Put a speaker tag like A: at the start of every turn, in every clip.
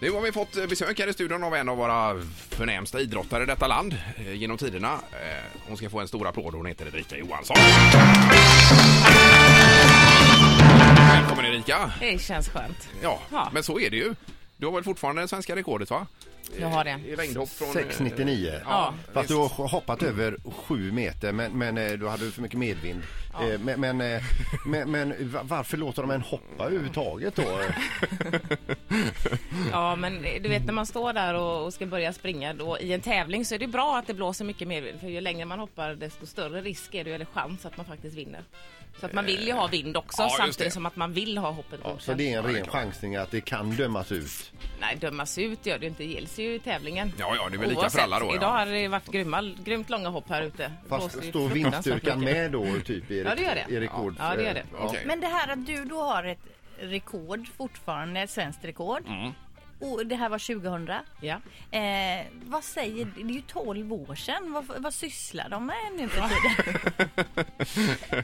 A: Nu har vi fått eh, besök här i studion av en av våra förnämsta idrottare i detta land eh, genom tiderna. Eh, Hon ska få en stor applåd. Hon heter Erika Johansson. Välkommen Erika!
B: Det känns skönt.
A: Ja,
B: Ja.
A: men så är det ju. Du har väl fortfarande det svenska rekordet va?
B: Jag har det.
A: I längdhopp från... eh,
C: 6,99.
A: Ja,
C: Fast du har hoppat över sju meter, men, men eh, då hade du för mycket medvind. Eh, Men, men, eh, men, men va- varför låter de en hoppa överhuvudtaget då?
B: Ja, men eh, du vet när man står där och, och ska börja springa då, i en tävling så är det bra att det blåser mycket medvind. För ju längre man hoppar desto större risk är det ju, eller chans att man faktiskt vinner. Så att man vill ju ha vind också
A: ja, just det.
B: samtidigt som att man vill ha hoppet
C: Ja,
B: godkänt.
C: så det är en ren chansning att det kan dömas ut.
B: Nej, dömas ut gör det ju inte. Det gills ju i tävningen.
A: Ja, ja, det är väl lika för alla då, ja.
B: Idag har det varit grymma, grymt långa hopp här ute. Blåser
C: Fast
B: ju
C: står
B: fruktansvärt
C: vindstyrkan
B: mycket.
C: med då typ i,
B: Ja, det gör det.
C: i rekord?
B: Ja, det gör det.
C: Ja.
A: Okej.
D: Men det här att du då har ett rekord fortfarande, ett svenskt rekord.
A: Mm.
D: Och det här var 2000.
B: Ja.
D: Eh, vad säger, det är ju 12 år sedan. Vad, vad sysslar de med nu för tiden?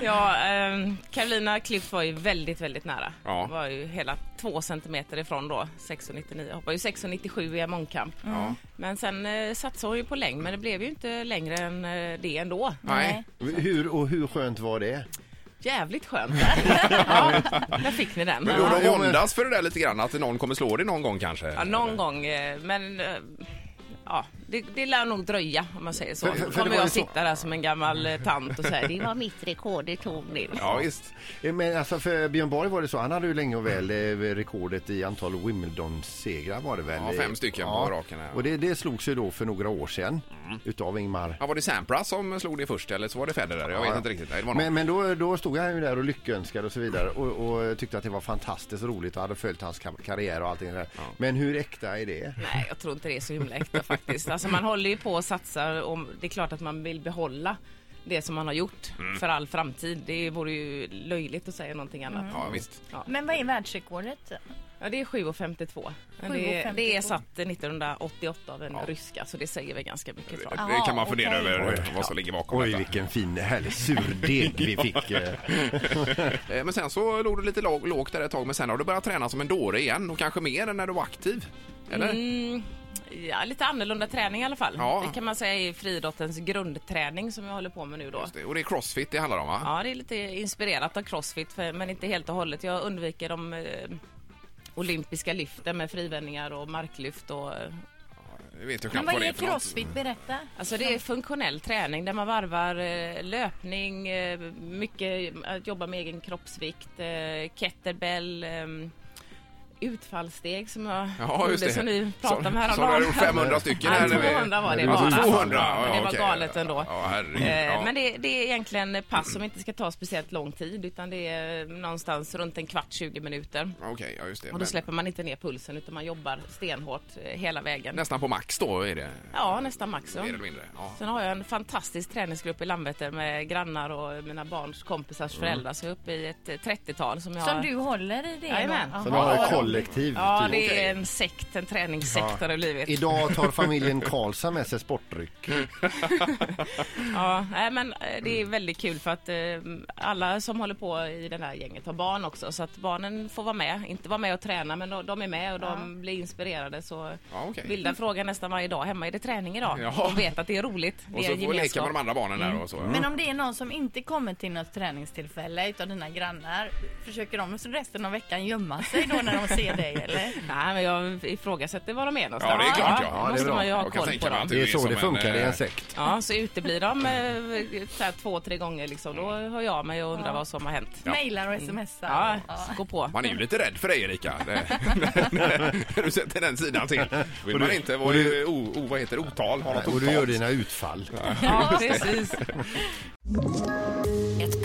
B: Ja, ehm, Carolina Klüft var ju väldigt, väldigt nära.
A: Ja.
B: Var ju hela två centimeter ifrån då, 6,99. Hoppade ju 6,97 i en mångkamp.
A: Ja.
B: Men sen eh, satsade hon ju på längd, men det blev ju inte längre än eh, det ändå.
A: Nej.
C: Hur, och hur skönt var det?
B: Jävligt skönt. ja, där fick ni den.
A: Men du har
C: Ja, men-
A: våndats för det där lite grann, att någon kommer slå dig någon gång kanske?
B: Ja, någon gång, eh, men eh, ja, det, det lär nog dröja om man säger så.
C: För- för- för det
B: kommer
C: var ju
B: jag
C: så-
B: sitta där som en gammal eh, tant och säga det var mitt rekord, det tog ni.
A: Ja, visst.
C: Eh, Men alltså för Björn Borg var det så, han hade ju länge och väl eh, rekordet i antal Wimbledon-segrar var det väl?
A: Mm. Ja, fem stycken på raken här. Mm.
C: Och det, det slogs ju då för några år sedan utav Ingmar
A: Ja, var det Sampras som slog det först eller så var det Federer? Jag vet inte riktigt. Nej, det var någon.
C: Men, men då, då stod han ju där och lyckönskade och så vidare och, och tyckte att det var fantastiskt roligt och hade följt hans kar- karriär och allting där. Men hur äkta är det?
B: Nej, jag tror inte det är så himla äkta faktiskt. Alltså man håller ju på och satsar och det är klart att man vill behålla det som man har gjort
A: Mm.
B: för all framtid. Det vore ju löjligt att säga någonting annat.
A: Ja, visst.
D: Men vad är världsrekordet?
B: Ja, det är 7,52. Men Det, är-
D: 7,52.
B: det är satt 1988 av en ryska, så det säger väl ganska mycket. Tror jag.
A: det kan man
D: Aha,
A: fundera
D: okej.
A: över vad som ligger bakom
C: Oj,
A: detta.
C: vilken fin härlig surdeg vi fick. eh.
A: Eh, Men sen så låg du lite låg, lågt där ett tag, men sen har du börjat träna som en dåre igen och kanske mer än när du var aktiv. Eller?
B: Mm, ja, lite annorlunda träning i alla fall.
A: Ja.
B: Det kan man säga är friidrottens grundträning som jag håller på med nu då.
A: Just det. Och det är crossfit det handlar om va?
B: Ja, det är lite inspirerat av crossfit, för, men inte helt och hållet. Jag undviker de eh, olympiska lyften med frivändningar och marklyft. Och, eh,
A: Jag vet ju
D: Men
A: knappt
D: vad
A: vad det
D: är
A: är för något.
D: crossfit? Berätta.
B: alltså det är funktionell träning där man varvar eh, löpning, eh, mycket att jobba med egen kroppsvikt, eh, kettlebell, eh, utfallssteg som jag
A: Ja, just det.
B: som ni pratade
A: Som- Som
B: om
A: du har
B: häromdagen.
A: gjort 500 stycken
B: Ja,
A: här. eller?
B: 200 var det
A: Alltså,
B: bara.
A: 200?
B: Ja,
A: Ja,
B: det var
A: okej.
B: galet ändå.
A: Ja, herregud.
B: Eh,
A: Ja.
B: Men det, det är egentligen pass som inte ska ta speciellt lång tid utan det är någonstans runt en kvart, 20 minuter.
A: Okej, ja just det.
B: Och då
A: Men
B: släpper man inte ner pulsen utan man jobbar stenhårt eh, hela vägen.
A: Nästan på max då är det,
B: Ja, nästan max. ja.
A: mer eller mindre. Ja.
B: Sen har jag en fantastisk träningsgrupp i Landvetter med grannar och mina barns kompisars
A: Mm.
B: föräldrar. Så jag är uppe i ett eh, 30-tal som jag...
D: Som du håller i det? då?
B: Jajamän.
D: Jaha.
C: Så nu har jag kollektiv.
B: Ja,
C: typ.
B: det är en sekt, en träningssekt har det blivit.
C: Idag tar familjen Karlsson med sig sportdryck.
A: Mm,
B: Ja, nej, men eh, det är väldigt kul för att eh, alla som håller på i det här gänget har barn också. Så att barnen får vara med. Inte vara med och träna men de, de är med och de blir inspirerade. Så
A: Ja, okej.
B: Vilda frågar nästan varje dag hemma. Är det träning idag?
A: Ja.
B: De vet att det är roligt. Det
A: Och
B: är
A: så
B: en
A: får vi leka med
B: gemenskap. Mm.
A: de andra barnen där och så.
D: Men om det är någon som inte kommer till något träningstillfälle utav dina grannar, försöker de resten av veckan gömma sig då när de ser dig eller?
B: Nej, men jag ifrågasätter var de är någonstans.
A: Ja, det är klart, ja.
B: Då
A: Ja, det är
B: måste
C: bra.
B: man ju ha
A: Jag kan
B: koll
A: tänka
B: på
A: mig
B: dem.
A: att
C: Det är så
A: som
C: det funkar i
A: eh,
C: en sekt.
B: Ja, så uteblir de eh, så här, två, tre gånger liksom. Då hör jag av mig och undrar vad som har hänt.
D: Mailar och smsar.
B: Ja, gå på.
A: Man är ju lite rädd för dig Erika, Det- när du sätter den sidan till. vill man inte vara o, o, vad heter det, otal, ha något
C: Och
A: otalt.
C: du gör dina utfall.
B: Ja, precis.
E: Ett